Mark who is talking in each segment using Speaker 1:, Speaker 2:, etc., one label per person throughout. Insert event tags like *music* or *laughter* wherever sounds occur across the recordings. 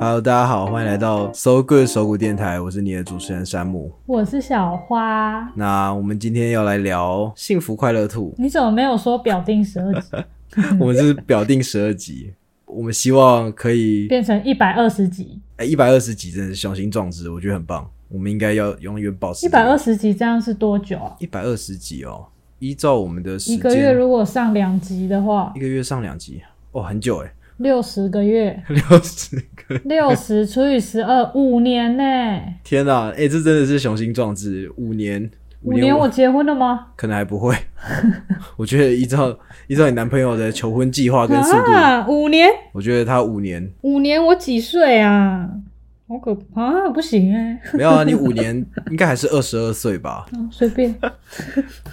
Speaker 1: Hello，大家好，欢迎来到 So Good 手鼓电台，我是你的主持人山姆。
Speaker 2: 我是小花。
Speaker 1: 那我们今天要来聊幸福快乐兔，
Speaker 2: 你怎么没有说表定十二
Speaker 1: *laughs*
Speaker 2: 集嗯
Speaker 1: 我们是表定十二集，我们希望可以哎
Speaker 2: 变成一百二十集？
Speaker 1: 一百二十集，真的是雄心壮志，我觉得很棒。我们应该要永远保持
Speaker 2: 一百二十集这样是多久啊？
Speaker 1: 一百二十集哦。依照我们的时间，
Speaker 2: 一个月如果上两集的话
Speaker 1: 一，个月上两集，哦，很久哎，，
Speaker 2: 六十个月
Speaker 1: 六十个，
Speaker 2: 六十除以十二，五年呢、
Speaker 1: 天哪、哎、这真的是雄心壮志，五年，
Speaker 2: 五年我结婚了吗？
Speaker 1: 可能还不会。我觉得依照依照你男朋友的求婚计划跟速度，
Speaker 2: 啊，五年，
Speaker 1: 我觉得他五年
Speaker 2: 五年我几岁啊？好可怕、啊，不行哎、
Speaker 1: 没有啊，你五年应该还是二十二岁吧？
Speaker 2: 嗯随便。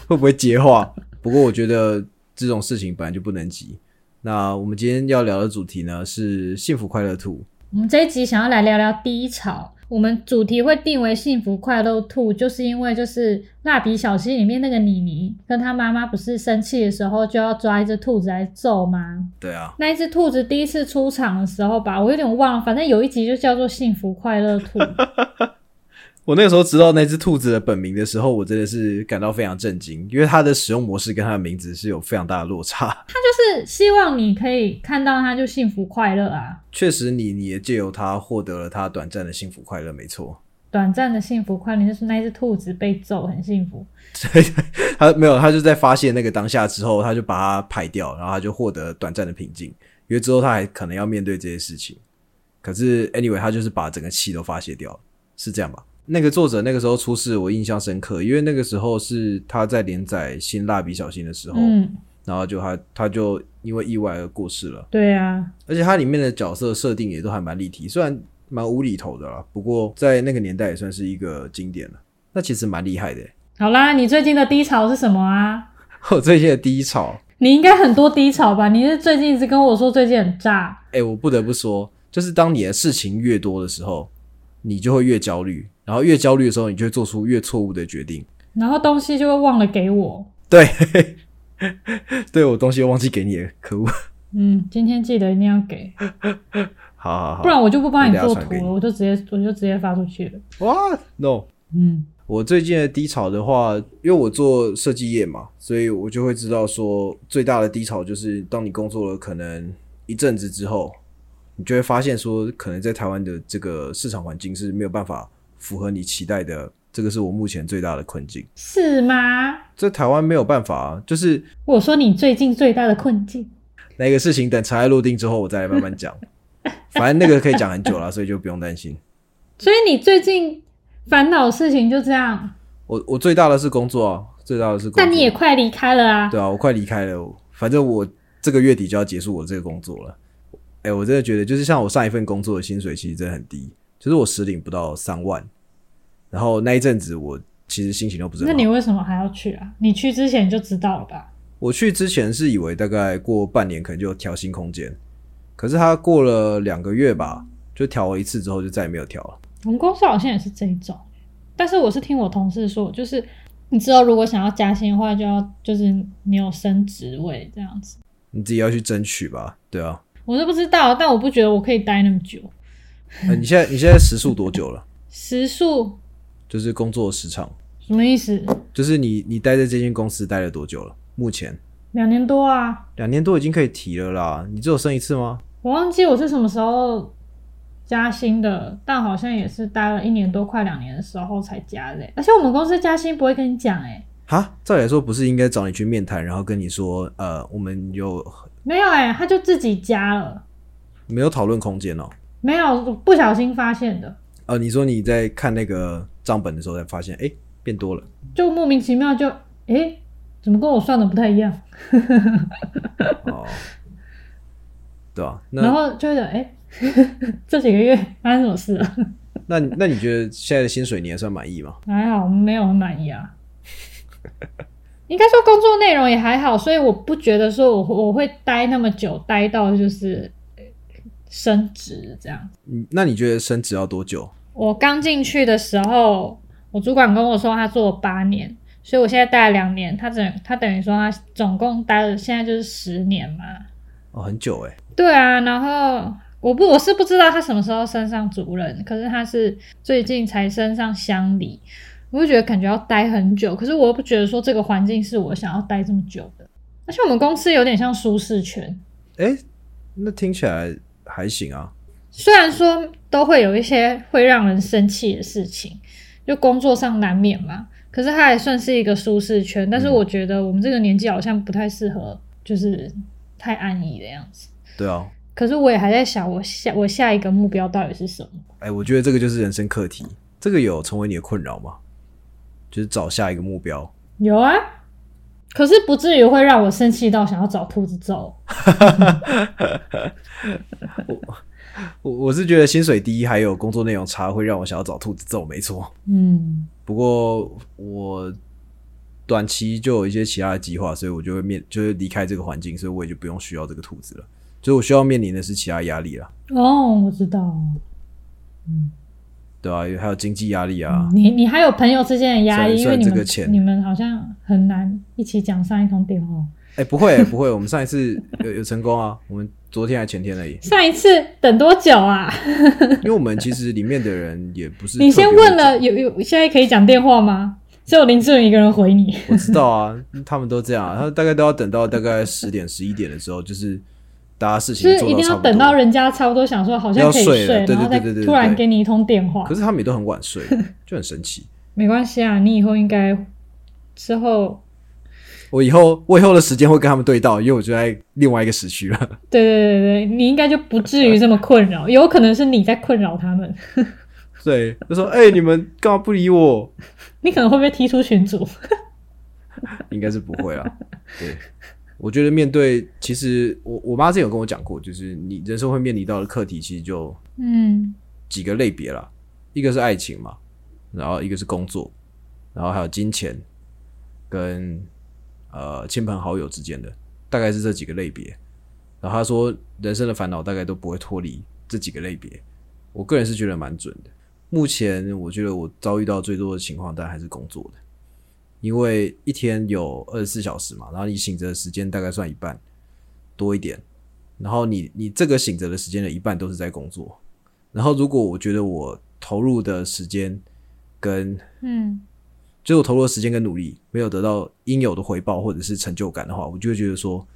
Speaker 1: 会不会接话？不过我觉得这种事情本来就不能急。那我们今天要聊的主题呢是幸福快乐兔，
Speaker 2: 我们这一集想要来聊聊低潮。我们主题会定为“幸福快乐兔”，就是因为就是《蜡笔小新》里面那个妮妮跟她妈妈不是生气的时候就要抓一只兔子来揍吗？
Speaker 1: 对啊，
Speaker 2: 那一只兔子第一次出场的时候吧，我有点忘了，反正有一集就叫做“幸福快乐兔
Speaker 1: 我那个时候知道那只兔子的本名的时候，我真的是感到非常震惊，因为它的使用模式跟它的名字是有非常大的落差”，。
Speaker 2: 它就是希望你可以看到它就幸福快乐啊，
Speaker 1: 确实你，你也借由它获得了它短暂的幸福快乐，没错。
Speaker 2: 短暂的幸福快乐就是那一只兔子被揍很幸福，
Speaker 1: 他没有，他就在发现那个当下之后，他就把它排掉，然后他就获得短暂的平静，因为之后他还可能要面对这些事情。可是 anyway，他就是把整个气都发泄掉了，是这样吧？那个作者那个时候出事，我印象深刻，因为那个时候是他在连载新蜡笔小新的时候，
Speaker 2: 嗯，
Speaker 1: 然后就他他就因为意外而过世了，
Speaker 2: 对啊，
Speaker 1: 而且它里面的角色设定也都还蛮立体，虽然蛮无厘头的啦，不过在那个年代也算是一个经典了。那其实蛮厉害的欸、 *laughs*
Speaker 2: 好啦，你最近的低潮是什么啊？
Speaker 1: 我最近的第一潮。
Speaker 2: 你应该很多低潮吧？你是最近一直跟我说最近很炸，
Speaker 1: 哎、我不得不说，就是当你的事情越多的时候，你就会越焦虑，然后越焦虑的时候，你就会做出越错误的决定。
Speaker 2: 然后东西就会忘了给我。
Speaker 1: 对， *laughs* 对我东西又忘记给你了，可恶！
Speaker 2: 嗯，今天记得一定要给，
Speaker 1: 好好好，
Speaker 2: 不然我就不帮你做
Speaker 1: 我等下传
Speaker 2: 图
Speaker 1: 给你
Speaker 2: 了，我就直接我就直接发出去了。
Speaker 1: 哇，no！
Speaker 2: 嗯，
Speaker 1: 我最近的低潮的话，因为我做设计业嘛，所以我就会知道说，最大的低潮就是当你工作了可能一阵子之后，你就会发现说，可能在台湾的这个市场环境是没有办法符合你期待的，这个是我目前最大的困境。
Speaker 2: 是吗？
Speaker 1: 在台湾没有办法、啊，就是
Speaker 2: 我说你最近最大的困境，
Speaker 1: 那个事情等尘埃落定之后，我再来慢慢
Speaker 2: *laughs*
Speaker 1: 讲。反正那个可以讲很久了，所以就不用担心。
Speaker 2: 所以你最近烦恼的事情就这样，
Speaker 1: 我我最大的是工作啊，最大的是工作。
Speaker 2: 但你也快离开了啊。
Speaker 1: 对啊，我快离开了，我反正我这个月底就要结束我这个工作了。哎、我真的觉得就是像我上一份工作的薪水其实真的很低，就是我实领不到三万，然后那一阵子我其实心情都不是很好。
Speaker 2: 那你为什么还要去啊？你去之前就知道了吧？
Speaker 1: 我去之前是以为大概过半年可能就调薪空间，可是他过了两个月吧，就调了一次之后就再也没有调了。
Speaker 2: 我们公司好像也是这一种，但是我是听我同事说，就是你知道，如果想要加薪的话，就要就是你有升职位这样子。
Speaker 1: 你自己要去争取吧。对啊，
Speaker 2: 我是不知道，但我不觉得我可以待那么久。
Speaker 1: 呃、你现在你现在时速多久了？
Speaker 2: 时速
Speaker 1: 就是工作时长，
Speaker 2: 什么意思？
Speaker 1: 就是你你待在这间公司待了多久了？目前
Speaker 2: 两年多啊，
Speaker 1: 两年多已经可以提了啦。你只有升一次吗？
Speaker 2: 我忘记我是什么时候加薪的，但好像也是待了一年多，快两年的时候才加的欸、而且我们公司加薪不会跟你讲，哎，
Speaker 1: 哈，照理来说不是应该找你去面谈，然后跟你说，呃，我们有
Speaker 2: 没有哎、他就自己加了，
Speaker 1: 没有讨论空间哦？
Speaker 2: 没有不小心发现的，
Speaker 1: 呃，你说你在看那个账本的时候才发现，哎，变多了。
Speaker 2: 就莫名其妙就哎、诶怎么跟我算的不太一样？ *laughs*
Speaker 1: 哦，对啊，
Speaker 2: 然
Speaker 1: 那
Speaker 2: 后就会觉得哎、诶 *laughs* 这几个月发生什么事啊了？
Speaker 1: 那你那你觉得现在的薪水你还算满意吗？
Speaker 2: *laughs* 还好，我们没有很满意啊。 *laughs* 应该说工作内容也还好，所以我不觉得说我我会待那么久，待到就是呃升职这样。
Speaker 1: 你那你觉得升职要多久？
Speaker 2: 我刚进去的时候，我主管跟我说他做了八年，所以我现在待了两年，他等他等于说他总共待了现在就是十年嘛。
Speaker 1: 哦，很久哎、
Speaker 2: 对啊，然后我不我是不知道他什么时候升上主任，可是他是最近才升上乡里，我就觉得感觉要待很久，可是我又不觉得说这个环境是我想要待这么久的。而且我们公司有点像舒适圈，
Speaker 1: 哎，那听起来还行啊。
Speaker 2: 虽然说都会有一些会让人生气的事情，就工作上难免嘛。可是它还算是一个舒适圈，但是我觉得我们这个年纪好像不太适合，就是太安逸的样子。
Speaker 1: 对啊，
Speaker 2: 可是我也还在想，我下我下一个目标到底是什么？
Speaker 1: 哎，我觉得这个就是人生课题。这个有成为你的困扰吗？就是找下一个目标。
Speaker 2: 有啊，可是不至于会让我生气到想要找兔子揍。
Speaker 1: 我我是觉得薪水低还有工作内容差会让我想要找兔子揍，没错。
Speaker 2: 嗯，
Speaker 1: 不过我短期就有一些其他的计划，所以我就会面就是离开这个环境，所以我也就不用需要这个兔子了。所以我需要面临的是其他压力啦，
Speaker 2: 哦，我知道。嗯，
Speaker 1: 对吧、还有经济压力
Speaker 2: *laughs*
Speaker 1: 啊，
Speaker 2: 你你还有朋友之间的压力，因
Speaker 1: 算
Speaker 2: 为
Speaker 1: 算
Speaker 2: 你
Speaker 1: 这个
Speaker 2: 们
Speaker 1: 钱
Speaker 2: 你们好像很难一起讲上一通电话。
Speaker 1: 哎、不会、不会，我们上一次有有成功啊，我们昨天还前天而已，
Speaker 2: 上一次等多久啊？
Speaker 1: 因为我们其实里面的人也不是
Speaker 2: *laughs* 你先
Speaker 1: 特别会
Speaker 2: 问了，有有现在可以讲电话吗？只有林志颖一个人回你。
Speaker 1: 我知道啊，他们都这样、啊，他大概都要等到大概十点十一点的时候，就是大家事情
Speaker 2: 就是
Speaker 1: 做
Speaker 2: 一
Speaker 1: 到
Speaker 2: 定
Speaker 1: 差
Speaker 2: 要
Speaker 1: 不多
Speaker 2: 等到人家差不多想说好像可
Speaker 1: 要
Speaker 2: 以
Speaker 1: 睡了对
Speaker 2: 然后
Speaker 1: 对
Speaker 2: 再
Speaker 1: 对对对
Speaker 2: 突然给你一通电话
Speaker 1: 可。是他们也都很晚睡，就很神奇。
Speaker 2: 没关系啊，你以后应该之后，
Speaker 1: 我以后我以后的时间会跟他们对到，因为我就在另外一个时区了。 *laughs*
Speaker 2: 对对对对，你应该就不至于这么困扰。有可能是你在困扰他们，
Speaker 1: 对，就说哎、你们干嘛不理我？
Speaker 2: 你可能会被踢出群组。
Speaker 1: 应该是不会啦。对，我觉得面对其实我我妈之前有跟我讲过，就是你人生会面临到的课题，其实就
Speaker 2: 嗯，
Speaker 1: 几个类别啦，一个是爱情嘛，然后一个是工作，然后还有金钱跟呃亲朋好友之间的，大概是这几个类别。然后他说，人生的烦恼大概都不会脱离这几个类别。我个人是觉得蛮准的。目前我觉得我遭遇到最多的情况，但还是工作的，因为一天有二十四小时嘛，然后你醒着的时间大概算一半多一点，然后你你这个醒着的时间的一半都是在工作，然后如果我觉得我投入的时间跟
Speaker 2: 嗯，
Speaker 1: 就是我投入的时间跟努力没有得到应有的回报或者是成就感的话，我就会觉得说，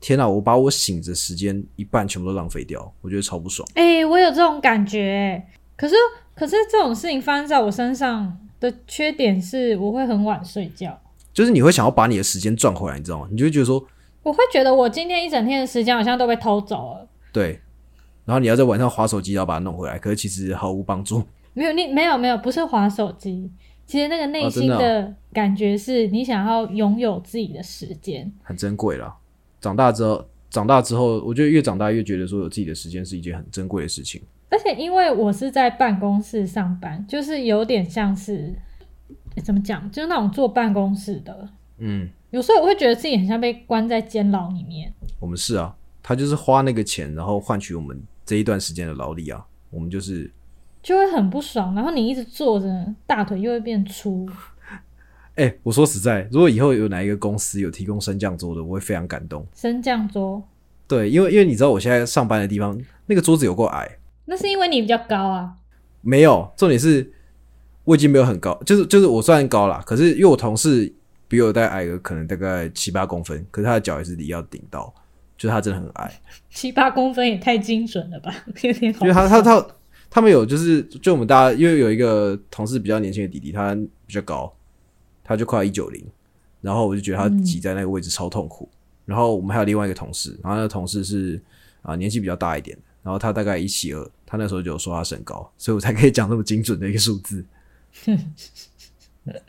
Speaker 1: 天哪，我把我醒着时间一半全部都浪费掉，我觉得超不爽。
Speaker 2: 哎、我有这种感觉、可是，可是这种事情发生在我身上的缺点是，我会很晚睡觉。
Speaker 1: 就是你会想要把你的时间赚回来，你知道吗？你就会觉得说，
Speaker 2: 我会觉得我今天一整天的时间好像都被偷走了。
Speaker 1: 对，然后你要在晚上划手机，然后把它弄回来，可是其实毫无帮助。 *laughs*
Speaker 2: 没有，你没有没有，不是划手机。其实那个内
Speaker 1: 哦真
Speaker 2: 心
Speaker 1: 的哦
Speaker 2: 的感觉是你想要拥有自己的时间。
Speaker 1: 很珍贵啦。长大之后，长大之后，我觉得越长大越觉得说有自己的时间是一件很珍贵的事情。
Speaker 2: 而且因为我是在办公室上班，就是有点像是诶怎么讲，就是那种坐办公室的。
Speaker 1: 嗯，
Speaker 2: 有时候我会觉得自己很像被关在监牢里面。
Speaker 1: 我们是啊，他就是花那个钱，然后换取我们这一段时间的劳力啊。我们就是，
Speaker 2: 就会很不爽，然后你一直坐着，大腿又会变粗。
Speaker 1: 哎、我说实在，如果以后有哪一个公司有提供升降桌的，我会非常感动。
Speaker 2: 升降桌，
Speaker 1: 对，因为因为你知道我现在上班的地方那个桌子有够矮，
Speaker 2: 那是因为你比较高啊。
Speaker 1: 没有，重点是我已经没有很高，就是就是我虽然高啦，可是因为我同事比我大概矮个可能大概七八公分，可是他的脚也是离要顶到，就是他真的很矮。
Speaker 2: 七八公分也太精准了吧，有点好笑。
Speaker 1: 因为他他他他们有就是就我们大家因为有一个同事比较年轻的弟弟，他比较高，他就快一九零，然后我就觉得他挤在那个位置超痛苦。然后我们还有另外一个同事，然后那个同事是啊、年纪比较大一点的，然后他大概一七二，他那时候就有说他身高，所以我才可以讲那么精准的一个数字。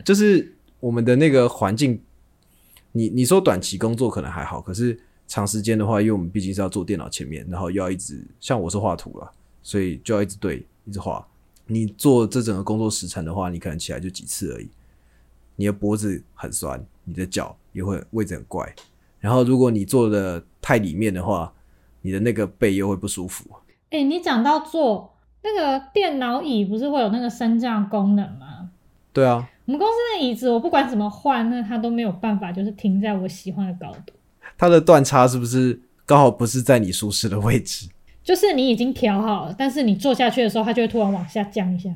Speaker 1: 就是我们的那个环境，你你说短期工作可能还好，可是长时间的话，因为我们毕竟是要坐电脑前面，然后又要一直像我是画图啊啦，所以就要一直对一直画。你做这整个工作时程的话，你可能起来就几次而已，你的脖子很酸，你的脚也会位置很怪。然后如果你做的太里面的话，你的那个背又会不舒服。
Speaker 2: 哎、你讲到坐那个电脑椅，不是会有那个升降功能吗？
Speaker 1: 对啊，
Speaker 2: 我们公司的椅子，我不管怎么换，那它都没有办法，就是停在我喜欢的高度。
Speaker 1: 它的断差是不是刚好不是在你舒适的位置？
Speaker 2: 就是你已经调好了，但是你坐下去的时候，它就会突然往下降一下，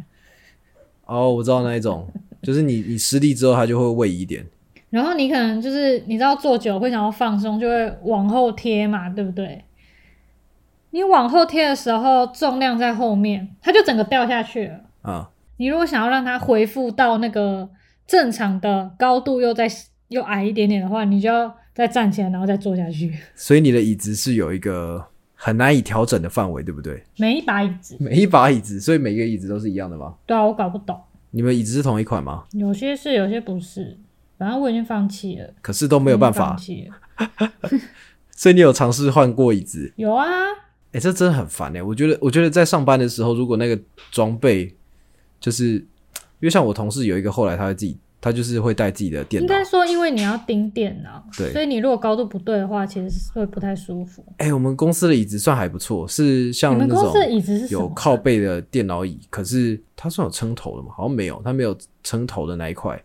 Speaker 1: *laughs* 哦，我知道那一种，就是你你失力之后，它就会位移一点。
Speaker 2: 然后你可能就是你知道坐久会想要放松，就会往后贴嘛，对不对？你往后贴的时候，重量在后面，它就整个掉下去了。
Speaker 1: 啊、
Speaker 2: 你如果想要让它恢复到那个正常的高度，又再又矮一点点的话，你就要再站起来，然后再坐下去。 *laughs*
Speaker 1: 所以你的椅子是有一个很难以调整的范围，对不对？
Speaker 2: 每一把椅子，
Speaker 1: 每一把椅子，所以每个椅子都是一样的吗？
Speaker 2: 对啊，我搞不懂，
Speaker 1: 你们椅子是同一款吗？
Speaker 2: 有些是，有些不是，反正我已经放弃了，
Speaker 1: 可是都没有办
Speaker 2: 我已经
Speaker 1: 法
Speaker 2: 放，弃了。
Speaker 1: 所以你有尝试换过椅子？
Speaker 2: 有啊，
Speaker 1: 哎、这真的很烦哎、我觉得，我觉得在上班的时候，如果那个装备，就是因为像我同事有一个，后来他会自己，他就是会带自己的电
Speaker 2: 应
Speaker 1: 脑。
Speaker 2: 该说因为你要盯电脑，
Speaker 1: 对
Speaker 2: 所以你如果高度不对的话，其实是会不太舒服。
Speaker 1: 哎、我们公司的椅子算还不错，是
Speaker 2: 你
Speaker 1: 像
Speaker 2: 们
Speaker 1: 那
Speaker 2: 公司的
Speaker 1: 种
Speaker 2: 椅子是什
Speaker 1: 有
Speaker 2: 么？
Speaker 1: 靠背的电脑椅，可是它算有撑头的吗？好像没有，它没有撑头的那一块，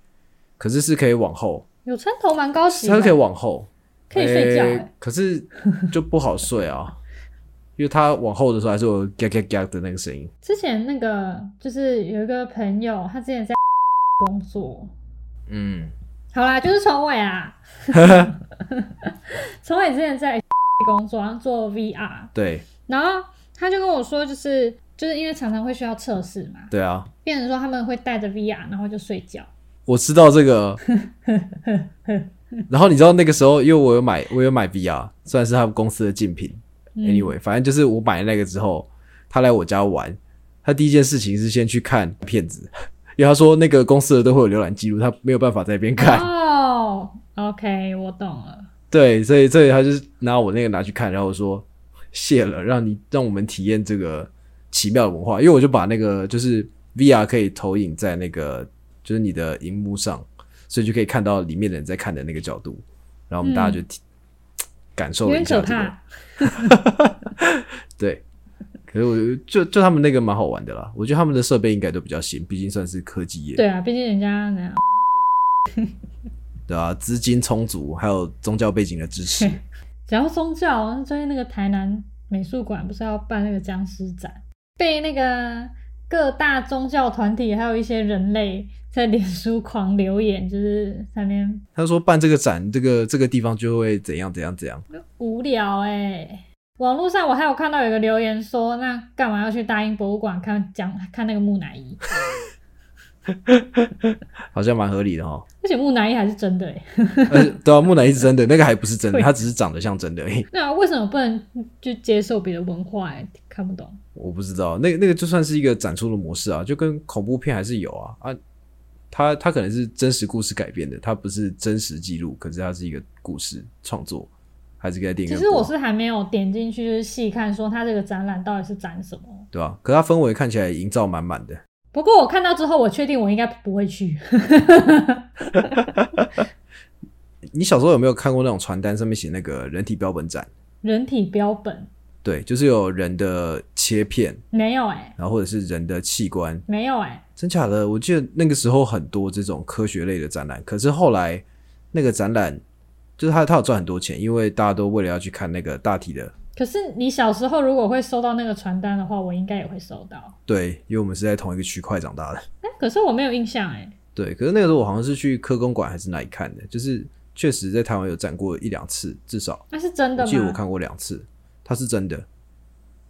Speaker 1: 可是是可以往后，
Speaker 2: 有撑头蛮高级的，
Speaker 1: 它是可以往后，
Speaker 2: 可以睡觉、
Speaker 1: 欸
Speaker 2: 欸
Speaker 1: 可是就不好睡
Speaker 2: *laughs*
Speaker 1: 啊，因为它往后的时候还是有嘎嘎嘎的那个声音。
Speaker 2: 之前那个就是有一个朋友，他之前在工作，
Speaker 1: 嗯，
Speaker 2: 好啦，就是崇伟
Speaker 1: *laughs*
Speaker 2: 啊，崇伟之前在工作，然后做 VR，
Speaker 1: 对
Speaker 2: 然后他就跟我说，就是就是因为常常会需要测试嘛，
Speaker 1: 对啊，
Speaker 2: 变成说他们会带着 VR 然后就睡觉，
Speaker 1: 我知道这
Speaker 2: *laughs*
Speaker 1: 个。然后你知道那个时候，因为我有买，我有买 VR，算是他们公司的竞品。
Speaker 2: 嗯
Speaker 1: Anyway，反正就是我买了那个之后，他来我家玩，他第一件事情是先去看片子，因为他说那个公司的都会有浏览记录，他没有办法在那边看。
Speaker 2: 哦、o k 我懂了，
Speaker 1: 对，所以所以他就是拿我那个拿去看，然后我说谢了，让你让我们体验这个奇妙的文化，因为我就把那个就是 VR 可以投影在那个就是你的荧幕上，所以就可以看到里面的人在看的那个角度，然后我们大家就体、感受
Speaker 2: 嗯有
Speaker 1: 了
Speaker 2: 点
Speaker 1: 一下
Speaker 2: 可
Speaker 1: 这个，
Speaker 2: 怕，
Speaker 1: 对。可是我就就就他们那个蛮好玩的啦，我觉得他们的设备应该都比较新，毕竟算是科技业，
Speaker 2: 对啊，毕竟人家那样，
Speaker 1: 对啊，资金充足，还有宗教背景的支
Speaker 2: *laughs*
Speaker 1: 持，
Speaker 2: 只要宗教，最近那个台南美术馆不是要办那个僵尸展，被那个各大宗教团体还有一些人类在脸书狂留言，就是上面
Speaker 1: 他说办这个展，这个这个地方就会怎样怎样怎样。
Speaker 2: 无聊哎、网络上我还有看到有个留言说，那干嘛要去大英博物馆看讲看那个木乃伊？
Speaker 1: 好像蛮合理的
Speaker 2: *laughs*
Speaker 1: 哈。
Speaker 2: 而且木乃伊还是真的哎、
Speaker 1: 而且对啊，木乃伊是真的，那个还不是真的，
Speaker 2: 对
Speaker 1: 它只是长得像真的而已。
Speaker 2: 那为什么不能就接受别的文化、欸？看不懂。
Speaker 1: 我不知道，那个那个就算是一个展出的模式啊，就跟恐怖片还是有啊啊，它它可能是真实故事改编的，它不是真实记录，可是它是一个故事创作，还是可以在电影啊
Speaker 2: 其
Speaker 1: 院
Speaker 2: 实
Speaker 1: 播
Speaker 2: 我是还没有点进去就是细看，说它这个展览到底是展什么。
Speaker 1: 对吧、可它氛围看起来营造满满的，
Speaker 2: 不过我看到之后，我确定我应该不会去。 *laughs*
Speaker 1: 你小时候有没有看过那种传单上面写那个人体标本展？
Speaker 2: 人体标本
Speaker 1: 对，就是有人的切片，
Speaker 2: 没有哎、
Speaker 1: 然后或者是人的器官，
Speaker 2: 没有哎、
Speaker 1: 真假的？我记得那个时候很多这种科学类的展览，可是后来那个展览就是他他有赚很多钱，因为大家都为了要去看那个大体的。
Speaker 2: 可是你小时候如果会收到那个传单的话，我应该也会收到。
Speaker 1: 对，因为我们是在同一个区块长大的。
Speaker 2: 哎、可是我没有印象哎、
Speaker 1: 对，可是那个时候我好像是去科工馆还是哪里看的，就是确实在台湾有展过一两次，至少
Speaker 2: 那是真
Speaker 1: 我
Speaker 2: 的
Speaker 1: 记得我
Speaker 2: 吗？
Speaker 1: 看过两次，它是真的。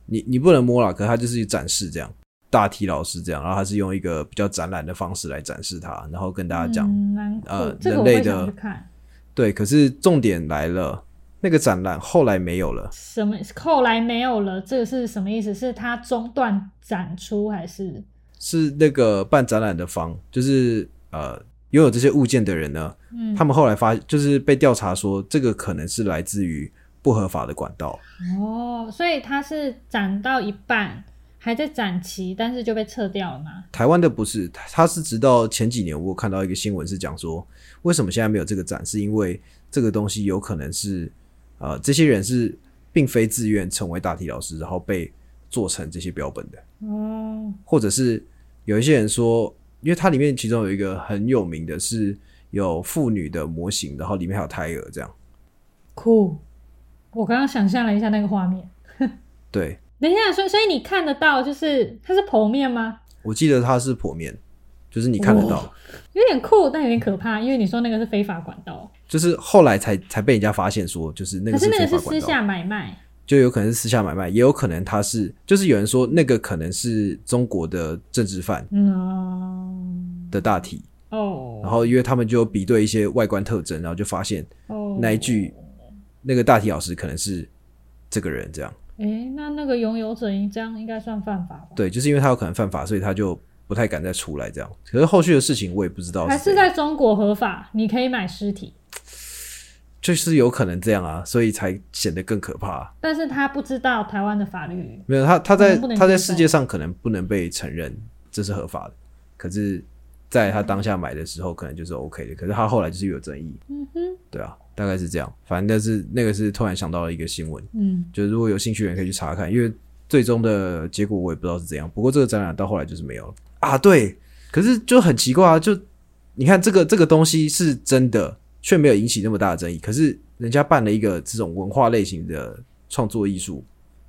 Speaker 1: 你你不能摸啦，可是它就是展示这样，大体老师这样，然后他是用一个比较展览的方式来展示它，然后跟大家讲
Speaker 2: 嗯，蛮酷
Speaker 1: 呃
Speaker 2: 这个我
Speaker 1: 人类
Speaker 2: 会
Speaker 1: 的
Speaker 2: 想去看。
Speaker 1: 对，可是重点来了，那个展览后来没有了，
Speaker 2: 什么？后来没有了，这个是什么意思？是它中断展出还是？
Speaker 1: 是那个办展览的方，就是呃拥有这些物件的人呢，
Speaker 2: 嗯，
Speaker 1: 他们后来发就是被调查说，这个可能是来自于不合法的管道，
Speaker 2: 哦，所以它是展到一半，还在展期，但是就被撤掉了嘛？
Speaker 1: 台湾的不是，它它是直到前几年我有看到一个新闻是讲说，为什么现在没有这个展，是因为这个东西有可能是呃这些人是并非自愿成为大体老师，然后被做成这些标本的。
Speaker 2: 哦，
Speaker 1: 或者是有一些人说，因为它里面其中有一个很有名的是有妇女的模型，然后里面还有胎儿这样。
Speaker 2: 酷！我刚刚想象了一下那个画面，
Speaker 1: 对，
Speaker 2: 等一下，所以所以你看得到，就是它是剖面吗？
Speaker 1: 我记得它是剖面，就是你看得到，
Speaker 2: 有点酷，但有点可怕，因为你说那个是非法管道，
Speaker 1: 就是后来才才被人家发现说，就是那
Speaker 2: 可
Speaker 1: 个
Speaker 2: 是那
Speaker 1: 非
Speaker 2: 个
Speaker 1: 法
Speaker 2: 是
Speaker 1: 管
Speaker 2: 私
Speaker 1: 道，
Speaker 2: 下买卖，
Speaker 1: 就有可能是私下买卖，也有可能他是，就是有人说那个可能是中国的政治犯
Speaker 2: 嗯
Speaker 1: 的大体，
Speaker 2: 哦，
Speaker 1: 然后因为他们就比对一些外观特征，然后就发现
Speaker 2: 哦
Speaker 1: 那一句那个大体老师可能是这个人这样。
Speaker 2: 诶，那那个拥有者应这样应该算犯法吧？
Speaker 1: 对，就是因为他有可能犯法，所以他就不太敢再出来这样。可是后续的事情我也不知道
Speaker 2: 还
Speaker 1: 怎
Speaker 2: 是
Speaker 1: 样
Speaker 2: 在中国合法，你可以买尸体，
Speaker 1: 就是有可能这样啊，所以才显得更可怕。
Speaker 2: 但是他不知道台湾的法律，
Speaker 1: 没有他，他在
Speaker 2: 嗯不能
Speaker 1: 他在
Speaker 2: 接受
Speaker 1: 世界上可能不能被承认这是合法的，可是在他当下买的时候可能就是 OK 的。可是他后来就是有争议，
Speaker 2: 嗯哼，
Speaker 1: 对啊，大概是这样。反正但是那个是突然想到了一个新闻，
Speaker 2: 嗯，
Speaker 1: 就是如果有兴趣的人可以去查看，因为最终的结果我也不知道是怎样。不过这个展览到后来就是没有了啊。对，可是就很奇怪啊，就你看这个这个东西是真的，却没有引起那么大的争议。可是人家办了一个这种文化类型的创作艺术，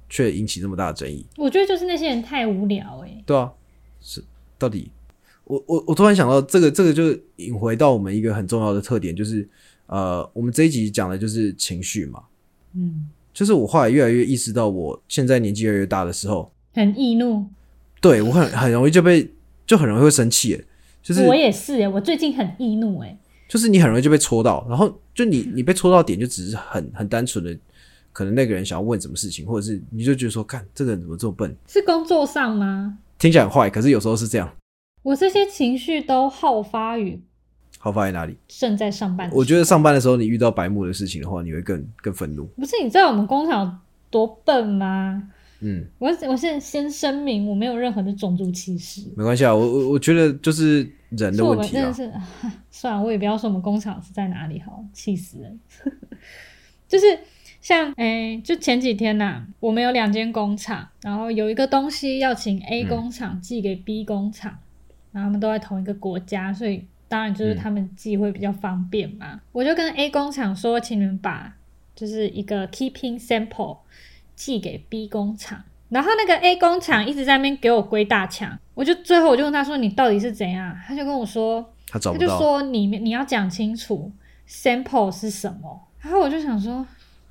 Speaker 1: 却引起那么大的争议。
Speaker 2: 我觉得就是那些人太无聊、欸诶，
Speaker 1: 对啊，是到底我我我突然想到这个这个就引回到我们一个很重要的特点，就是呃，我们这一集讲的就是情绪嘛。
Speaker 2: 嗯，
Speaker 1: 就是我后来越来越意识到，我现在年纪越来越大的时候，
Speaker 2: 很易怒，
Speaker 1: 对我很很容易就被就很容易会生气耶，就是
Speaker 2: 我也是、欸诶，我最近很易怒、欸诶，
Speaker 1: 就是你很容易就被戳到，然后就你你被戳到点就只是很很单纯的，可能那个人想要问什么事情，或者是你就觉得说，看这个人怎么这么笨，
Speaker 2: 是工作上吗？
Speaker 1: 听起来很坏，可是有时候是这样，
Speaker 2: 我这些情绪都好发于
Speaker 1: 好发在哪里？
Speaker 2: 正在上班的时候，
Speaker 1: 我觉得上班的时候你遇到白目的事情的话，你会更更愤怒，
Speaker 2: 不是你知道我们工厂有多笨吗？
Speaker 1: 嗯，
Speaker 2: 我我现在先声明，我没有任何的种族歧视。
Speaker 1: 没关系啊，我我我觉得就是人
Speaker 2: 是
Speaker 1: 的
Speaker 2: 我
Speaker 1: 问
Speaker 2: 们
Speaker 1: 题
Speaker 2: 真的
Speaker 1: 啊，
Speaker 2: 是，算了，我也不要说我们工厂是在哪里好了，气死人。 *laughs* 就是像诶、就前几天呐、我们有两间工厂，然后有一个东西要请 A
Speaker 1: 嗯
Speaker 2: 工厂寄给 B 工厂，然后他们都在同一个国家，所以当然就是
Speaker 1: 嗯
Speaker 2: 他们寄会比较方便嘛。我就跟 A 工厂说，请你们把就是一个 keeping sample 寄给 B 工厂。然后那个 A 工厂一直在那边给我归大墙，我就最后我就问他说你到底是怎样？他就跟我说
Speaker 1: 他找
Speaker 2: 他
Speaker 1: 不
Speaker 2: 就
Speaker 1: 到，
Speaker 2: 说你你要讲清楚 sample 是什么。然后我就想说，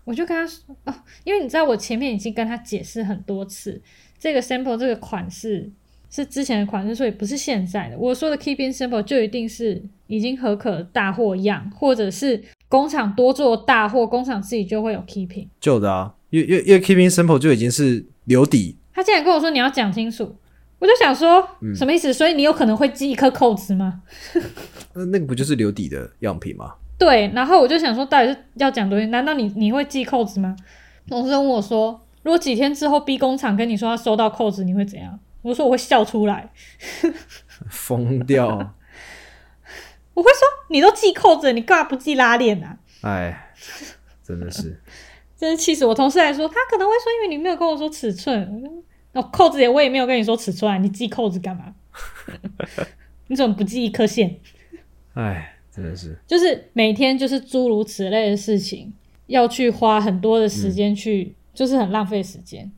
Speaker 2: 我就跟他说哦，因为你知道我前面已经跟他解释很多次，这个 sample 这个款式是之前的款式，所以不是现在的。我说的 keeping sample 就一定是已经合可的大货样，或者是工厂多做大货，工厂自己就会有 keeping。
Speaker 1: 旧的啊，因为因为因为 keeping simple 就已经是留底，
Speaker 2: 他竟然跟我说你要讲清楚。我就想说，
Speaker 1: 嗯
Speaker 2: 什么意思？所以你有可能会寄一颗扣子吗？
Speaker 1: 那那个不就是留底的样品吗？
Speaker 2: 对，然后我就想说，到底是要讲多久？难道你你会系扣子吗？同事问我说，如果几天之后 B 工厂跟你说他收到扣子，你会怎样？我说我会笑出来，
Speaker 1: 疯掉。
Speaker 2: 我会说你都系扣子了，你干嘛不系拉链啊？
Speaker 1: 哎，真的是，
Speaker 2: 真是气死我！同事还说他可能会说，因为你没有跟我说尺寸，我说哦，扣子也我也没有跟你说尺寸啊，你系扣子干嘛？ *laughs* 你怎么不系一颗线？
Speaker 1: 哎，真的是，
Speaker 2: 就是每天就是诸如此类的事情，要去花很多的时间去，就是很浪费时间。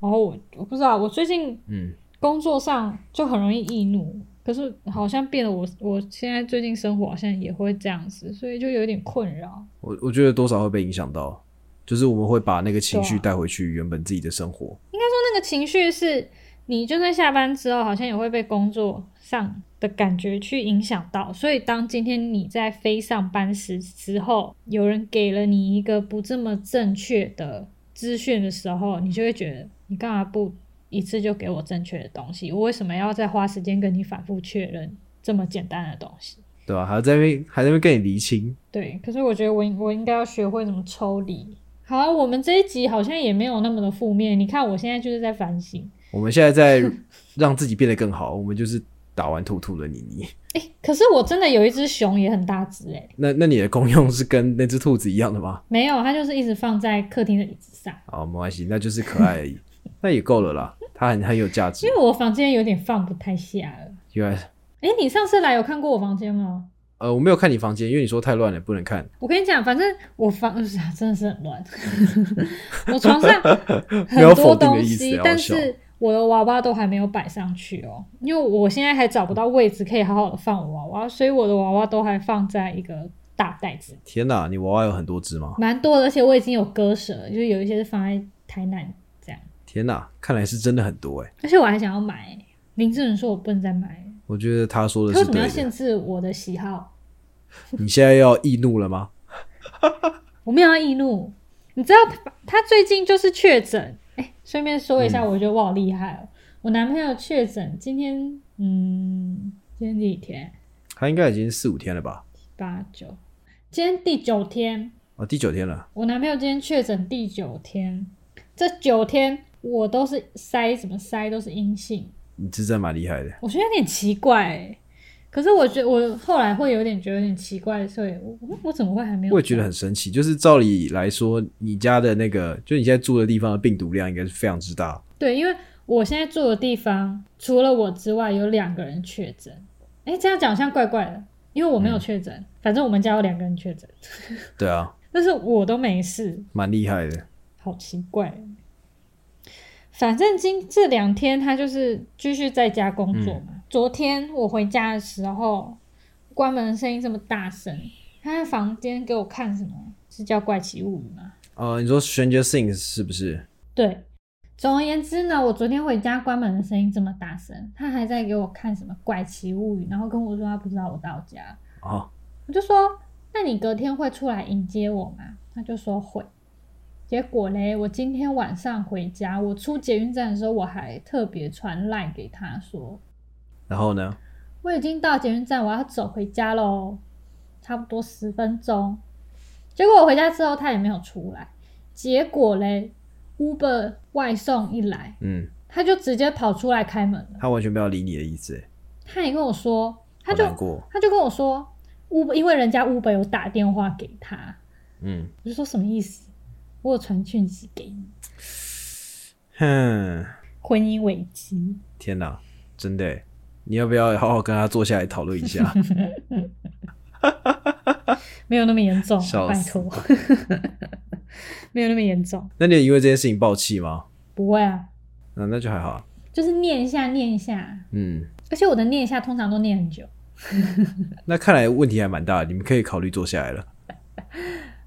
Speaker 2: 然后我我不知道，我最近
Speaker 1: 嗯，
Speaker 2: 工作上就很容易易怒，可是好像变得我我现在最近生活好像也会这样子，所以就有点困扰。
Speaker 1: 我我觉得多少会被影响到，就是我们会把那个情绪
Speaker 2: 对啊
Speaker 1: 带回去原本自己的生活。
Speaker 2: 那个情绪是你就算下班之后，好像也会被工作上的感觉去影响到。所以，当今天你在非上班时之后，有人给了你一个不这么正确的资讯的时候，你就会觉得你干嘛不一次就给我正确的东西？我为什么要再花时间跟你反复确认这么简单的东西？
Speaker 1: 对吧、还在那边，还在那边跟你厘清，
Speaker 2: 对，可是我觉得我应我应该要学会怎么抽离。好啊，我们这一集好像也没有那么的负面。你看，我现在就是在反省。
Speaker 1: 我们现在
Speaker 2: *laughs*
Speaker 1: 在让自己变得更好。我们就是打完兔兔的妮妮。
Speaker 2: 可是我真的有一只熊也很大只哎、
Speaker 1: 那那你的功用是跟那只兔子一样的吗？
Speaker 2: 没有，它就是一直放在客厅的椅子上，
Speaker 1: 好，没关系，那就是可爱而
Speaker 2: *laughs*
Speaker 1: 已，那也够了啦。它很很有价值
Speaker 2: 因。为我房间有点放不太下了。
Speaker 1: 原来
Speaker 2: 哎、你上次来有看过我房间吗？
Speaker 1: 呃，我没有看你房间，因为你说太乱了，不能
Speaker 2: *laughs*
Speaker 1: 看。
Speaker 2: 我跟你讲，反正我房真的是很
Speaker 1: *laughs*
Speaker 2: 乱，我床上
Speaker 1: 没有
Speaker 2: 很
Speaker 1: 否
Speaker 2: 多
Speaker 1: 定的
Speaker 2: 东
Speaker 1: 意思
Speaker 2: 西
Speaker 1: 要，
Speaker 2: 但
Speaker 1: 笑
Speaker 2: 是我的娃娃都还没有摆上去哦，因为我现在还找不到位置可以好好的放我娃娃，所以我的娃娃都还放在一个大袋子，
Speaker 1: 天哪，你娃娃有很多只吗？
Speaker 2: 蛮多的，而且我已经有割舍了，就是有一些是放在台南这样，
Speaker 1: 天哪，看来是真的很多哎、
Speaker 2: 而且我还想要买。林志文说我不能再买了，
Speaker 1: 我觉得他说的
Speaker 2: 他为
Speaker 1: 是
Speaker 2: 什么要
Speaker 1: 对的
Speaker 2: 限。制我的喜好？
Speaker 1: 你现在要易怒了吗？
Speaker 2: 我没有要易怒，你知道他他最近就是确诊，哎、顺便说一下，
Speaker 1: 嗯
Speaker 2: 我觉得我好厉害哦、我男朋友确诊，今天嗯，今天第几天？
Speaker 1: 他应该已经四五天了吧？
Speaker 2: 八九，今天第九天，
Speaker 1: 啊，第九天了，
Speaker 2: 我男朋友今天确诊第九天，这九天我都是筛怎么筛都是阴性，
Speaker 1: 你这真的蛮厉害的。
Speaker 2: 我觉得有点奇怪、欸。可是我觉得我后来会有点觉得有点奇怪，所以我我我怎么会还没有中？
Speaker 1: 我也觉得很神奇，就是照理来说，你家的那个，就你现在住的地方的病毒量应该是非常之大。
Speaker 2: 对，因为我现在住的地方，除了我之外，有两个人确诊。哎，这样讲好像怪怪的，因为我
Speaker 1: 嗯
Speaker 2: 没有确诊，反正我们家有两个人确诊，
Speaker 1: 对啊，
Speaker 2: 但是我都没事，
Speaker 1: 蛮厉害的。
Speaker 2: 好奇怪。反正今这两天他就是继续在家工作嘛。昨天我回家的时候，关门的声音这么大声，他在房间给我看什么？是叫《怪奇物语》吗？
Speaker 1: 呃，你说 Stranger Things 是不是？
Speaker 2: 对，总而言之呢，我昨天回家关门的声音这么大声，他还在给我看什么怪奇物语，然后跟我说他不知道我到家，
Speaker 1: 哦，
Speaker 2: 我就说那你隔天会出来迎接我吗？他就说会。结果嘞，我今天晚上回家，我出捷运站的时候，我还特别传赖给他说，
Speaker 1: 然后呢？
Speaker 2: 我已经到捷运站，我要走回家喽，差不多十分钟。结果我回家之后，他也没有出来。结果嘞，Uber 外送一来，
Speaker 1: 嗯，
Speaker 2: 他就直接跑出来开门了。
Speaker 1: 他完全没有理你的意思，哎
Speaker 2: 他也跟我说，他
Speaker 1: 好
Speaker 2: 就
Speaker 1: 难过。
Speaker 2: 他就跟我说乌，因为人家乌 b 有打电话给他，
Speaker 1: 嗯，
Speaker 2: 我就说什么意思？我有传讯息给你，
Speaker 1: 哼，
Speaker 2: 婚姻危机。
Speaker 1: 天哪，真的耶，你要不要好好跟他坐下来讨论一
Speaker 2: *laughs*
Speaker 1: 下？
Speaker 2: 没有那么严重，
Speaker 1: 笑
Speaker 2: 拜
Speaker 1: 死
Speaker 2: 托， *laughs* 没有那么严重，
Speaker 1: 那你也因为这件事情爆气吗？
Speaker 2: 不会啊，
Speaker 1: 那、那就还好啊。
Speaker 2: 就是念一下念一下，
Speaker 1: 嗯，
Speaker 2: 而且我的念一下通常都念很久，
Speaker 1: 那看来问题还蛮大的，你们可以考虑坐下来了。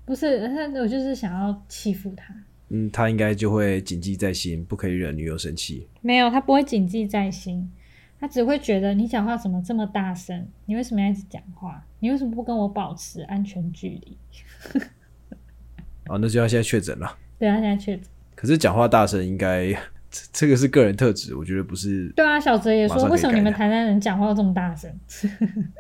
Speaker 2: 不是，但我就是想要欺负他，
Speaker 1: 嗯，他应该就会谨记在心，不可以惹女友生气。
Speaker 2: 没有，他不会谨记在心，他只会觉得你讲话怎么这么大声？你为什么要一直讲话？你为什么不跟我保持安全距离？
Speaker 1: 哦，那就要现在确诊了。
Speaker 2: 对啊，现在确诊。
Speaker 1: 可是讲话大声应该， *laughs* 这这个是个人特质，我觉得不是。
Speaker 2: 对啊，小哲也
Speaker 1: 马上
Speaker 2: 说，
Speaker 1: 可以
Speaker 2: 为什么你们
Speaker 1: 改
Speaker 2: 台南人讲话都这么大声？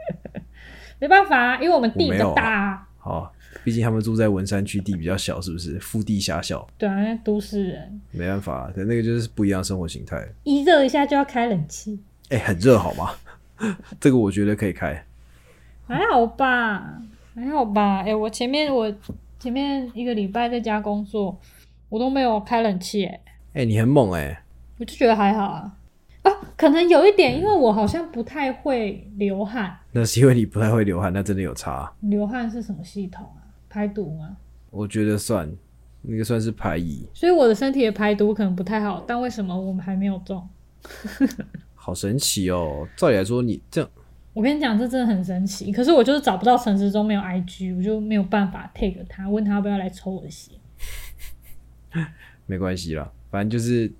Speaker 2: *laughs* 没办法、啊，因为我们地比较大、啊。
Speaker 1: 好、哦毕竟他们住在文山区，地比较小，是不是？腹地狭小，
Speaker 2: 对啊，那都市人
Speaker 1: 没办法、可那个就是不一样的生活形态。
Speaker 2: 一热一下就要开冷气，
Speaker 1: 哎、很热好吗？ *laughs* 这个我觉得可以开。
Speaker 2: 还好吧，还好吧。哎、我前面我前面一个礼拜在家工作，我都没有开冷气、哎。
Speaker 1: 哎、你很猛哎、
Speaker 2: 我就觉得还好啊。哦，可能有一点，
Speaker 1: 嗯
Speaker 2: 因为我好像不太会流汗。
Speaker 1: 那是因为你不太会流汗，那真的有差。
Speaker 2: 流汗是什么系统啊？排毒吗？
Speaker 1: 我觉得算那个算是排异，
Speaker 2: 所以我的身体的排毒可能不太好，但为什么我们还没有中？
Speaker 1: 好神奇哦。照理来说，你这样
Speaker 2: 我跟你讲，这真的很神奇。可是我就是找不到陈时中没有 IG，我就没有办法 take 他，问他要不要来抽我的血。
Speaker 1: 没关系啦，反正就是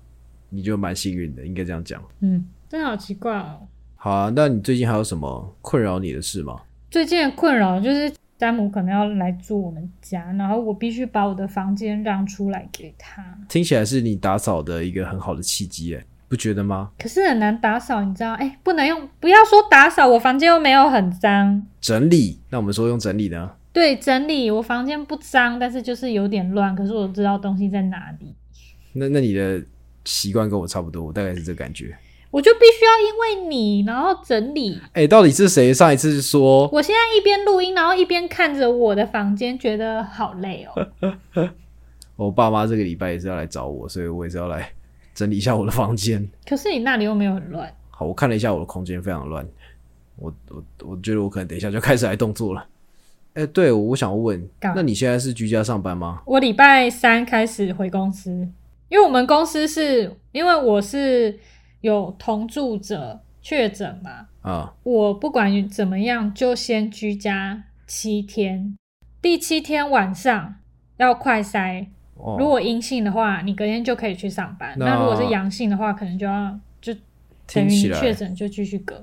Speaker 1: 你就蛮幸运的，应该这样讲。
Speaker 2: 嗯，真的好奇怪哦。
Speaker 1: 好啊，那你最近还有什么困扰你的事吗？
Speaker 2: 最近的困扰就是詹姆可能要来住我们家，然后我必须把我的房间让出来给他。
Speaker 1: 听起来是你打扫的一个很好的契机，哎，不觉得吗？
Speaker 2: 可是很难打扫，你知道？哎、不能用，不要说打扫，我房间又没有很脏。
Speaker 1: 整理，那我们说用整理呢？
Speaker 2: 对，整理我房间不脏，但是就是有点乱。可是我知道东西在哪里，
Speaker 1: 那那你的习惯跟我差不多，我大概是这感觉。
Speaker 2: 我就必须要因为你，然后整理。
Speaker 1: 哎、到底是谁上一次说
Speaker 2: 我现在一边录音，然后一边看着我的房间，觉得好累哦。 *laughs*
Speaker 1: 哦我爸妈这个礼拜也是要来找我，所以我也是要来整理一下我的房间。
Speaker 2: 可是你那里又没有很乱，
Speaker 1: 好，我看了一下我的空间非常乱，我我我觉得我可能等一下就开始来动作了。哎、对，我想问
Speaker 2: 干，嘛
Speaker 1: 那你现在是居家上班吗？
Speaker 2: 我礼拜三开始回公司，因为我们公司是因为我是有同住者确诊嘛，
Speaker 1: 啊，
Speaker 2: 我不管怎么样就先居家七天，第七天晚上要快筛，
Speaker 1: 哦，
Speaker 2: 如果阴性的话，你隔天就可以去上班；
Speaker 1: 那
Speaker 2: 那如果是阳性的话，可能就要就等
Speaker 1: 听
Speaker 2: 于
Speaker 1: 起
Speaker 2: 你
Speaker 1: 来
Speaker 2: 确诊就继续隔。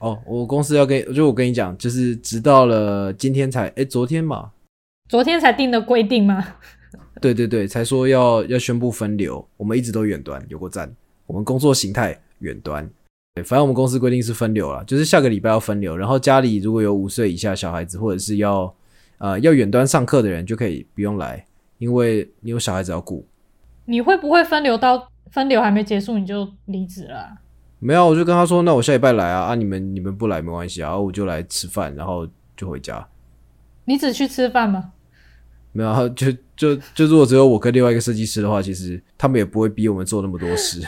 Speaker 1: 哦，我公司要跟，就我跟你讲，就是直到了今天才，哎、昨天嘛，
Speaker 2: 昨天才定的规定吗？
Speaker 1: 对对对，才说要要宣布分流，我们一直都远端，有过站，我们工作形态远端。对，反正我们公司规定是分流啦，就是下个礼拜要分流，然后家里如果有五岁以下小孩子，或者是要呃要远端上课的人，就可以不用来，因为你有小孩子要顾。
Speaker 2: 你会不会分流到分流还没结束你就离职了啊、
Speaker 1: 没有啊，我就跟他说，那我下礼拜来啊，啊你们你们不来没关系啊，我就来吃饭，然后就回家。
Speaker 2: 你只去吃饭吗？
Speaker 1: 没有 *laughs* 啊，就就就如果只有我跟另外一个设计师的话，其实他们也不会逼我们做那么多事。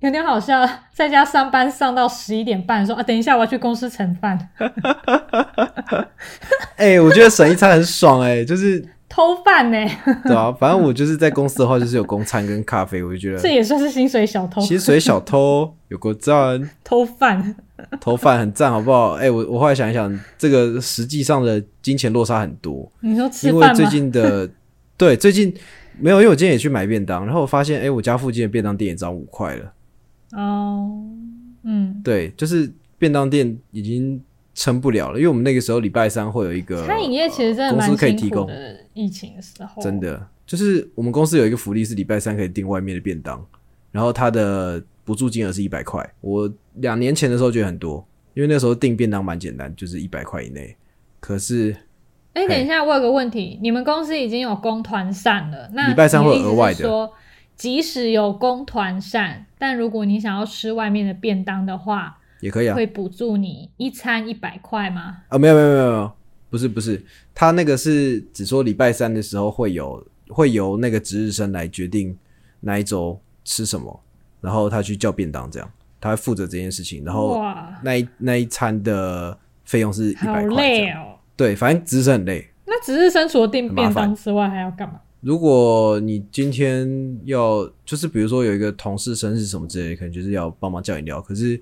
Speaker 2: 有点好笑，啊 *laughs* 在家上班上到十一点半，说啊，等一下我要去公司盛饭， *laughs*
Speaker 1: 哎、我觉得省一餐很爽哎、就是
Speaker 2: 偷饭呢、
Speaker 1: *laughs* 对
Speaker 2: *laughs*
Speaker 1: 啊，反正我就是在公司的话，就是有公餐跟咖啡，我就觉
Speaker 2: 这
Speaker 1: *laughs* 得
Speaker 2: 也算是薪水小偷，
Speaker 1: 薪水小偷有个赞，
Speaker 2: 偷饭。
Speaker 1: 头发很赞，好不好？哎、 *laughs* 我我后来想一想，这个实际上的金钱落差很多，
Speaker 2: 你说吃
Speaker 1: 因为
Speaker 2: 饭
Speaker 1: 最
Speaker 2: 吗？
Speaker 1: 近
Speaker 2: *laughs*
Speaker 1: 的对最近没有，因为我今天也去买便当，然后我发现哎、我家附近的便当店也涨五块了，
Speaker 2: 哦，嗯，
Speaker 1: 对，就是便当店已经撑不了了，因为我们那个时候礼拜三会有一个
Speaker 2: 餐饮业其实真的
Speaker 1: 公
Speaker 2: 蛮
Speaker 1: 司可以提
Speaker 2: 辛苦
Speaker 1: 供，
Speaker 2: 的，疫情的时候
Speaker 1: 真的，就是我们公司有一个福利是礼拜三可以订外面的便当，然后它的补助金额是一百块。我两年前的时候觉得很多，因为那时候订便当蛮简单，就是一百块以内。可是
Speaker 2: 哎、等一下，我有个问题，你们公司已经有公团扇了，那
Speaker 1: 礼拜三
Speaker 2: 你的
Speaker 1: 会有
Speaker 2: 意思
Speaker 1: 额外
Speaker 2: 是
Speaker 1: 的
Speaker 2: 说，即使有公团扇，但如果你想要吃外面的便当的话，
Speaker 1: 也可以啊
Speaker 2: 会补助你一餐一百块吗？
Speaker 1: 啊，没有没有没有没有，不是不是，他那个是只说礼拜三的时候会有会由那个值日生来决定哪一周吃什么，然后他去叫便当这样，他会负责这件事情，然后
Speaker 2: 哇，
Speaker 1: 那一那一餐的费用是一
Speaker 2: 好
Speaker 1: 百块这
Speaker 2: 累
Speaker 1: 样。
Speaker 2: 哦。
Speaker 1: 对，反正值日生很累。
Speaker 2: 那只是身除了订
Speaker 1: 很麻
Speaker 2: 便当
Speaker 1: 烦
Speaker 2: 之外，还要干嘛？
Speaker 1: 如果你今天要，就是比如说有一个同事生日什么之类的，可能就是要帮忙叫饮料，可是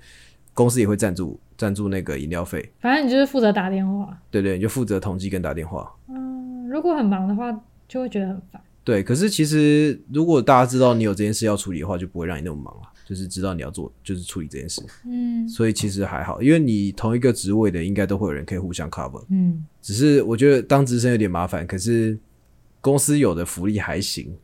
Speaker 1: 公司也会赞助赞助那个饮料费，
Speaker 2: 反正你就是负责打电话。
Speaker 1: 对对，你就负责统计跟打电话。
Speaker 2: 嗯，如果很忙的话，就会觉得很烦。
Speaker 1: 对，可是其实如果大家知道你有这件事要处理的话，就不会让你那么忙了，就是知道你要做，就是处理这件事，
Speaker 2: 嗯
Speaker 1: 所以其实还好，因为你同一个职位的，应该都会有人可以互相 cover。
Speaker 2: 嗯，
Speaker 1: 只是我觉得当职生有点麻烦，可是公司有的福利还行，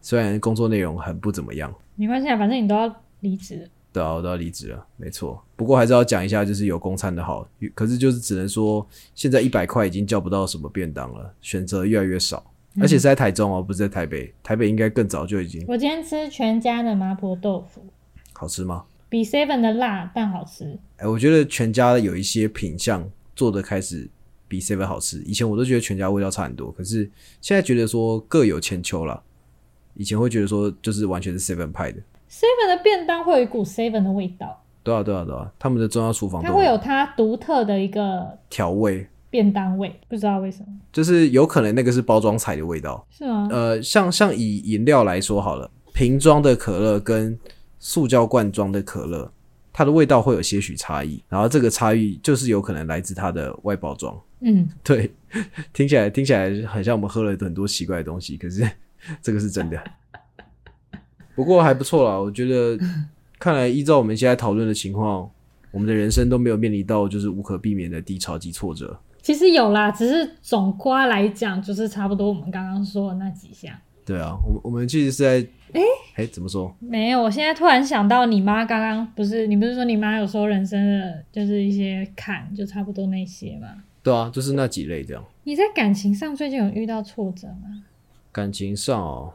Speaker 1: 虽然工作内容很不怎么样。
Speaker 2: 没关系啊，反正你都要离职了。
Speaker 1: 对啊，我都要离职了，没错。不过还是要讲一下，就是有公餐的好，可是就是只能说，现在一百块已经叫不到什么便当了，选择越来越少，而且是在台中哦，不是在台北。台北应该更早就已经
Speaker 2: 我今天吃全家的麻婆豆腐，
Speaker 1: 好吃吗？
Speaker 2: 比 Seven 的辣但好吃。
Speaker 1: 哎，我觉得全家有一些品相做的开始比 seven 好吃，以前我都觉得全家味道差很多，可是现在觉得说各有千秋啦。以前会觉得说就是完全是 seven 派的，
Speaker 2: Seven 的便当会有一股 Seven 的味道，
Speaker 1: 对啊对啊对啊，他们的中央厨房
Speaker 2: 它
Speaker 1: 都
Speaker 2: 会有它独特的一个
Speaker 1: 调味，
Speaker 2: 便当味，不知道为什么，
Speaker 1: 就是有可能那个是包装材的味道。
Speaker 2: 是吗？
Speaker 1: 呃，像像以饮料来说好了，瓶装的可乐跟塑胶罐装的可乐，它的味道会有些许差异，然后这个差异就是有可能来自它的外包装。
Speaker 2: 嗯，
Speaker 1: 对， *laughs* 听起来听起来很像我们喝了很多奇怪的东西，可是这个是真的。不过还不错啦，我觉得看来依照我们现在讨论的情况，我们的人生都没有面临到就是无可避免的低潮及挫折。
Speaker 2: 其实有啦，只是总括来讲，就是差不多我们刚刚说的那几项。
Speaker 1: 对啊，我们我们其实是在
Speaker 2: 诶
Speaker 1: 哎怎么说？
Speaker 2: 没有，我现在突然想到，你妈刚刚不是你不是说你妈有说人生的就是一些坎，就差不多那些嘛。
Speaker 1: 对啊，就是那几类这样。
Speaker 2: 你在感情上最近有遇到挫折吗？
Speaker 1: 感情上哦，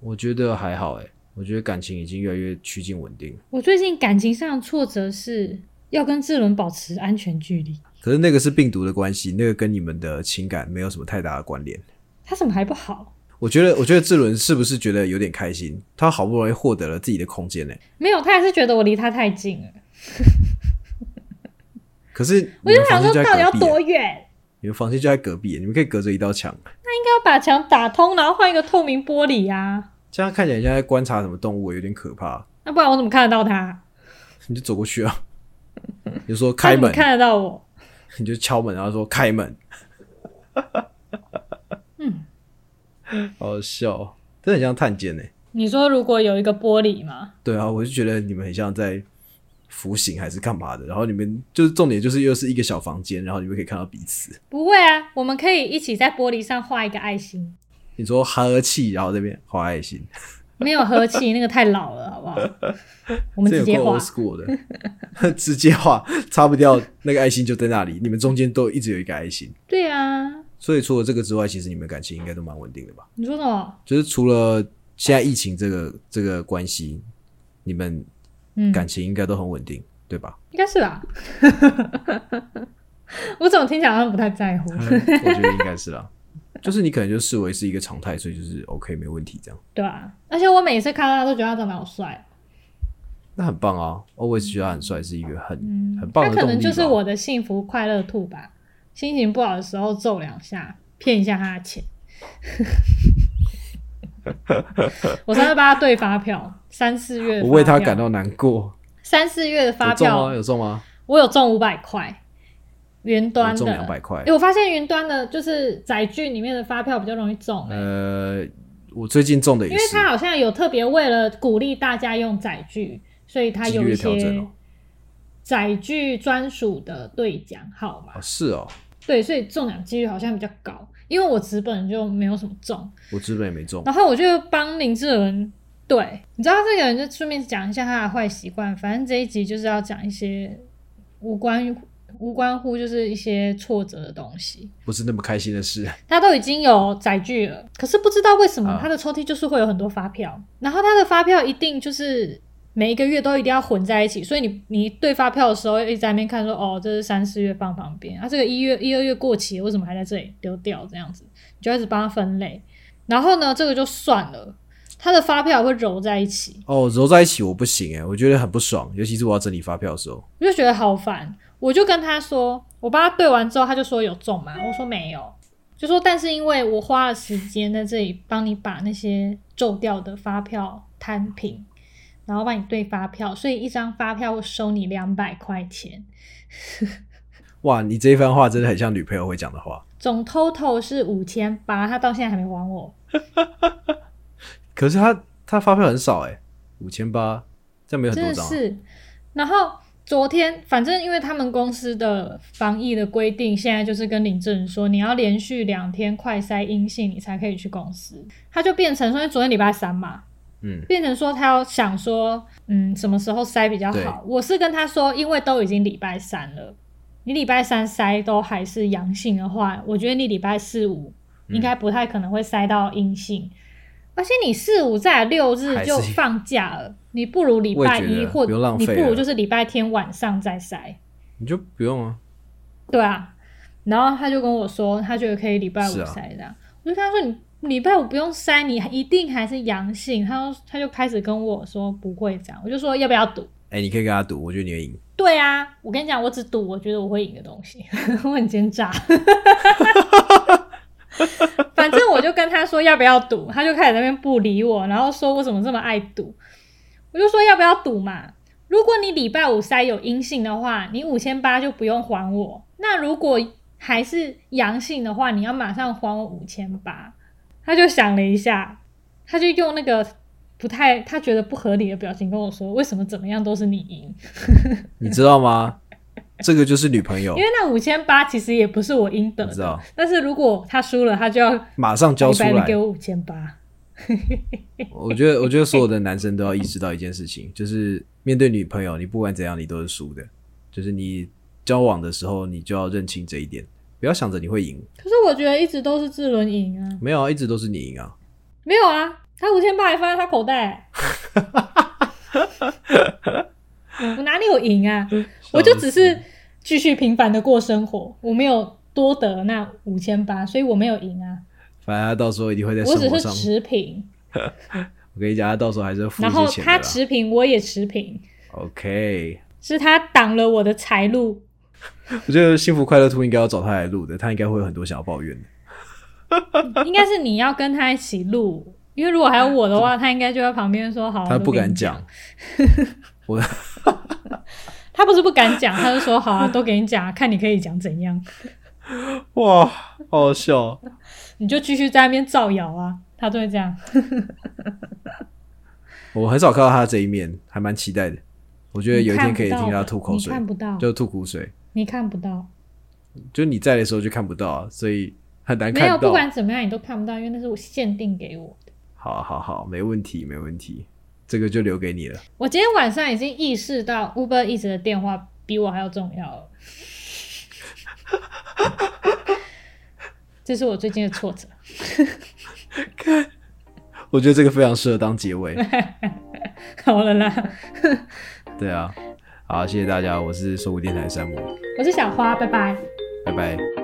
Speaker 1: 我觉得还好诶，我觉得感情已经越来越趋近稳定。
Speaker 2: 我最近感情上的挫折是要跟志伦保持安全距离，
Speaker 1: 可是那个是病毒的关系，那个跟你们的情感没有什么太大的关联。
Speaker 2: 他怎么还不好？
Speaker 1: 我觉得，我觉得志伦是不是觉得有点开心？他好不容易获得欸了自己的空间呢。
Speaker 2: 没有，他还是觉得我离他太近了。
Speaker 1: 可是
Speaker 2: 我就想
Speaker 1: 你们房间就
Speaker 2: 说
Speaker 1: 在
Speaker 2: 到底要
Speaker 1: 隔壁耶欸
Speaker 2: 多远？
Speaker 1: 你们房间就在隔壁欸耶，你们可以隔着一道墙，
Speaker 2: 应该要把墙打通，然后换一个透明玻璃啊，
Speaker 1: 这样看起来像在观察什么动物，有点可怕。
Speaker 2: 那不然我怎么看得到他？
Speaker 1: 你就走过去
Speaker 2: *laughs*
Speaker 1: 啊，你就说
Speaker 2: 他
Speaker 1: 开
Speaker 2: 怎么
Speaker 1: 门，
Speaker 2: 看得到我？
Speaker 1: 你就敲门，然后说开门。
Speaker 2: 嗯，
Speaker 1: 好笑哦，真的很像探监欸呢。
Speaker 2: 你说如果有一个玻璃嘛，
Speaker 1: 对啊，我就觉得你们很像在服刑还是干嘛的，然后你们就是重点就是又是一个小房间，然后你们可以看到彼此。
Speaker 2: 不会啊，我们可以一起在玻璃上画一个爱心，
Speaker 1: 你说和气，然后这边画爱心，
Speaker 2: 没有和气，那个太老了，
Speaker 1: *laughs*
Speaker 2: 好不好？我们
Speaker 1: 这
Speaker 2: 直
Speaker 1: 有
Speaker 2: 接
Speaker 1: 够
Speaker 2: 画
Speaker 1: old，school 的， *laughs* 直接画擦不掉，那个爱心就在那里，你们中间都一直有一个爱心。
Speaker 2: 对啊，
Speaker 1: 所以除了这个之外，其实你们感情应该都蛮稳定的吧？
Speaker 2: 你说什么？
Speaker 1: 就是除了现在疫情这个这个关系，你们
Speaker 2: 嗯，
Speaker 1: 感情应该都很稳定，对
Speaker 2: *laughs*
Speaker 1: 吧？
Speaker 2: 应该是吧。我怎么听起来好像不太在乎？
Speaker 1: 我觉得应该是啦，就是你可能就视为是一个常态，所以就是 OK 没问题这样，
Speaker 2: 对啊，而且我每次看到他都觉得他长得好帅，
Speaker 1: 那很棒啊！我也是觉得他很帅，是一个很、
Speaker 2: 嗯
Speaker 1: 很，棒
Speaker 2: 他
Speaker 1: 的
Speaker 2: 可
Speaker 1: 动力
Speaker 2: 能
Speaker 1: 吧
Speaker 2: 就是我的幸福快乐兔吧。心情不好的时候揍两下，骗一下他的钱。 *laughs* 我上次帮他对发票，三四月的
Speaker 1: 我为他
Speaker 2: 发票
Speaker 1: 感到难过。
Speaker 2: 三四月的发
Speaker 1: 有中
Speaker 2: 票
Speaker 1: 吗？有中吗？
Speaker 2: 我有中五百块，云端
Speaker 1: 有
Speaker 2: 的
Speaker 1: 中两百块
Speaker 2: 诶。我发现云端的就是载具里面的发票比较容易中、诶
Speaker 1: 呃，我最近中的也
Speaker 2: 因为
Speaker 1: 是，
Speaker 2: 它好像有特别为了鼓励大家用载具，所以它
Speaker 1: 几
Speaker 2: 有
Speaker 1: 率
Speaker 2: 一
Speaker 1: 的调整
Speaker 2: 些
Speaker 1: 哦
Speaker 2: 载具专属的兑奖号码
Speaker 1: 哦。是哦，
Speaker 2: 对，所以中奖几率好像比较高。因为我纸本就没有什么中，
Speaker 1: 我资本也没中。
Speaker 2: 然后我就帮林志文对，你知道这个人就顺便讲一下他的坏习惯，反正这一集就是要讲一些无关于无关乎就是一些挫折的东西。
Speaker 1: 不是那么开心的事，
Speaker 2: 他都已经有载具了，可是不知道为什么
Speaker 1: 啊
Speaker 2: 他的抽屉就是会有很多发票，然后他的发票一定就是每一个月都一定要混在一起，所以你你对发票的时候一直在那边看说，哦，这是三四月放旁边，啊，这个一月一二月过期了，为什么还在这里丢掉？这样子，你就一直帮他分类，然后呢，这个就算了，他的发票会揉在一起，
Speaker 1: 哦，揉在一起我不行哎，我觉得很不爽，尤其是我要整理发票的时候，
Speaker 2: 我就觉得好烦，我就跟他说，我帮他对完之后，他就说有中吗？我说没有，就说但是因为我花了时间在这里帮你把那些皱掉的发票摊平，然后帮你对发票，所以一张发票会收你两百块钱，
Speaker 1: 哇，你这一番话真的很像女朋友会讲的话。
Speaker 2: 总 total 是五千八，他到现在还没还我。
Speaker 1: 可是他他发票很少哎，五千八，这样没有很
Speaker 2: 真
Speaker 1: 多
Speaker 2: 的
Speaker 1: 张啊、
Speaker 2: 是。然后昨天，反正因为他们公司的防疫的规定，现在就是跟林正说，你要连续两天快筛阴性，你才可以去公司。他就变成说，因为昨天礼拜三嘛，
Speaker 1: 嗯，
Speaker 2: 变成说他要想说，嗯，什么时候筛比较
Speaker 1: 对
Speaker 2: 好？我是跟他说，因为都已经礼拜三了，你礼拜三筛都还是阳性的话，我觉得你礼拜四五
Speaker 1: 嗯
Speaker 2: 应该不太可能会筛到阴性，而且你四五再来六日
Speaker 1: 还
Speaker 2: 就是放假了，你不如礼拜
Speaker 1: 我也
Speaker 2: 一
Speaker 1: 觉得
Speaker 2: 或
Speaker 1: 不用浪费
Speaker 2: 你
Speaker 1: 了
Speaker 2: 不如就是礼拜天晚上再筛，
Speaker 1: 你就不用啊。
Speaker 2: 对啊。然后他就跟我说，他觉得可以礼拜五
Speaker 1: 是啊
Speaker 2: 筛这样，我就跟他说你。礼拜五不用筛，你一定还是阳性。他说，他就开始跟我说不会这样，我就说要不要赌？
Speaker 1: 哎、你可以跟他赌，我觉得你会赢。
Speaker 2: 对啊，我跟你讲，我只赌我觉得我会赢的东西， *laughs* 我很奸诈。 *laughs* 反正我就跟他说要不要赌，他就开始在那边不理我，然后说我怎么这么爱赌，我就说要不要赌嘛。如果你礼拜五筛有阴性的话，你五千八就不用还我。那如果还是阳性的话，你要马上还我五千八。他就想了一下，他就用那个不太他觉得不合理的表情跟我说，为什么怎么样都是你赢？
Speaker 1: 你知道吗？这个就是女
Speaker 2: *laughs*
Speaker 1: 朋友
Speaker 2: 因，为那五千八其实也不是我应得
Speaker 1: 我知
Speaker 2: 的
Speaker 1: 道，
Speaker 2: 但是如果他输了，他就要
Speaker 1: 马上交出
Speaker 2: 白白的
Speaker 1: 来
Speaker 2: 给。我五千八。
Speaker 1: 我觉得，我觉得所有的男生都要意识到一件事情，就是面对女朋友，你不管怎样，你都是输的。就是你交往的时候，你就要认清这一点，不要想着你会赢。
Speaker 2: 可是我觉得一直都是志伦赢啊，
Speaker 1: 没有啊，一直都是你赢啊。
Speaker 2: 没有啊，他五千八还放在他口
Speaker 1: *laughs*
Speaker 2: 袋、我哪里有赢啊？我就只是继续平凡的过生活，我没有多得那五千八，所以我没有赢啊，
Speaker 1: 反正他到时候一定会在
Speaker 2: 我只
Speaker 1: 生活
Speaker 2: 是
Speaker 1: 上，
Speaker 2: 持平，
Speaker 1: 我跟你讲，他到时候还是会付一
Speaker 2: 然后
Speaker 1: 些钱的
Speaker 2: 他
Speaker 1: 啦。
Speaker 2: 持平，我也持平，
Speaker 1: OK，
Speaker 2: 是他挡了我的财路。
Speaker 1: 我觉得《幸福快乐兔》应该要找他来录的，他应该会有很多想要抱怨的。
Speaker 2: 应该是你要跟他一起录，因为如果还有我的话，他应该就在旁边说好。啊
Speaker 1: 他
Speaker 2: 我都
Speaker 1: 不
Speaker 2: 给你
Speaker 1: 敢
Speaker 2: 讲
Speaker 1: 讲，，我
Speaker 2: 他不是不敢讲，他就说好啊，都给你讲啊，看你可以讲怎样，
Speaker 1: *laughs* 哇，好好笑哦。
Speaker 2: 你就继续在那边造谣啊，他都会这样。
Speaker 1: 我很少看到他这一面，还蛮期待的。我觉得有一天可以听他吐口水
Speaker 2: 你，看不到，
Speaker 1: 就吐苦水，
Speaker 2: 你看不到，
Speaker 1: 就你在的时候就看不到啊，所以很难
Speaker 2: 没有，
Speaker 1: 看
Speaker 2: 不
Speaker 1: 到。
Speaker 2: 管怎么样你都看不到，因为那是我限定给我的。
Speaker 1: 好好好，没问题，没问题，这个就留给你了。
Speaker 2: 我今天晚上已经意识到 Uber Eats 的电话比我还要重要
Speaker 1: *laughs*
Speaker 2: 了，这是我最近的挫折。
Speaker 1: 我觉得这个非常适合当结
Speaker 2: *laughs*
Speaker 1: 尾。
Speaker 2: 好了啦，
Speaker 1: 对啊，好，谢谢大家，我是说古电台山姆，
Speaker 2: 我是小花，拜拜。
Speaker 1: 拜拜。